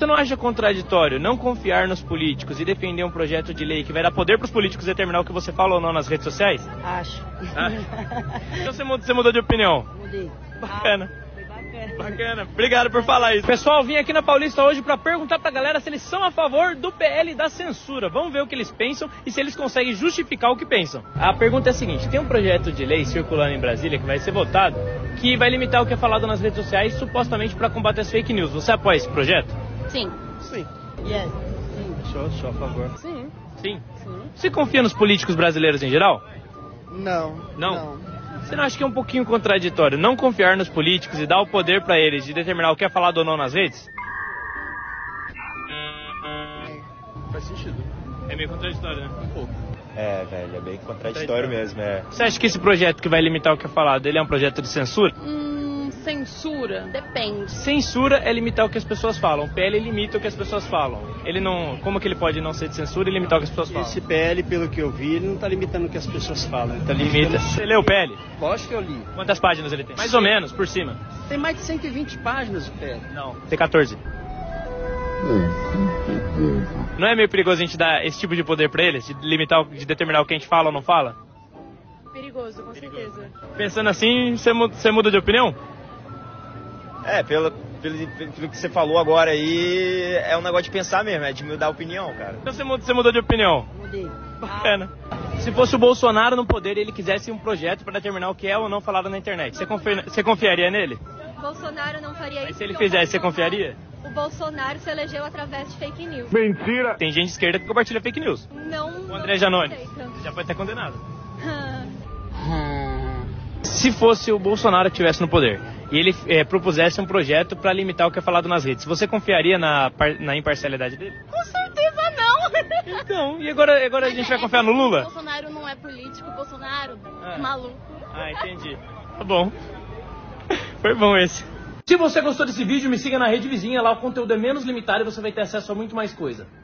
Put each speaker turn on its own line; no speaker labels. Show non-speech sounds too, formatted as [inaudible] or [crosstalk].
Você não acha contraditório não confiar nos políticos e defender um projeto de lei que vai dar poder para os políticos determinar o que você fala ou não nas redes sociais?
Acho.
Ah. Então você mudou, você mudou de opinião?
Mudei.
Bacana.
Ah, foi bacana.
Bacana, obrigado por falar isso. Pessoal, vim aqui na Paulista hoje para perguntar pra galera se eles são a favor do PL da censura. Vamos ver o que eles pensam e se eles conseguem justificar o que pensam. A pergunta é a seguinte: tem um projeto de lei circulando em Brasília que vai ser votado que vai limitar o que é falado nas redes sociais supostamente para combater as fake news. Você apoia esse projeto?
Sim.
Sim,
Yes. Sim.
sou, sou a favor.
Sim.
Sim.
Sim.
Você confia nos políticos brasileiros em geral?
Não.
Não. Você não acha que é um pouquinho contraditório não confiar nos políticos e dar o poder para eles de determinar o que é falado ou não nas redes?
Faz sentido.
É meio contraditório, né?
Um pouco.
É, velho, é bem contraditório mesmo, é.
Você acha que esse projeto que vai limitar o que é falado, ele é um projeto de censura?
Hum, censura. Depende.
Censura é limitar o que as pessoas falam. O PL limita o que as pessoas falam. Ele não, como que ele pode não ser de censura e limitar o que as pessoas falam?
Esse PL, pelo que eu vi, ele não tá limitando o que as pessoas falam. Ele tá
Limita.
limitando.
Você leu o PL?
Lógico que eu li.
Quantas páginas ele tem? Mais ou menos, por cima.
Tem mais de 120 páginas o PL.
Não. Tem 14. Não é meio perigoso a gente dar esse tipo de poder pra eles? De limitar, o- de determinar o que a gente fala ou não fala?
Perigoso, com certeza.
Pensando assim, você mu- você muda de opinião?
É, pelo, pelo, pelo que você falou agora aí, é um negócio de pensar mesmo, é de mudar a opinião, cara.
Então você mu- você mudou de opinião? É, né?
Mudei.
Bacana. Ah. Se fosse o Bolsonaro no poder e ele quisesse um projeto para determinar o que é ou não falado na internet, você, confi- você confiaria nele?
Bolsonaro não faria
Mas
isso.
se ele
porque o
fizesse, você
Bolsonaro-
confiaria?
O Bolsonaro se elegeu através de fake news.
Tem gente de esquerda que compartilha fake news.
Não.
O André
não
Janone
aceita.
já pode estar condenado. Se fosse o Bolsonaro que estivesse no poder e ele eh, propusesse um projeto para limitar o que é falado nas redes, você confiaria na, par- na imparcialidade dele?
[laughs] Com certeza não.
Então, e agora, agora a gente vai confiar no Lula?
Bolsonaro não é político. Bolsonaro,
Ah.
maluco.
Ah, entendi. Tá bom. [laughs] Foi bom esse. Se você gostou desse vídeo, me siga na rede vizinha, lá o conteúdo é menos limitado e você vai ter acesso a muito mais coisa.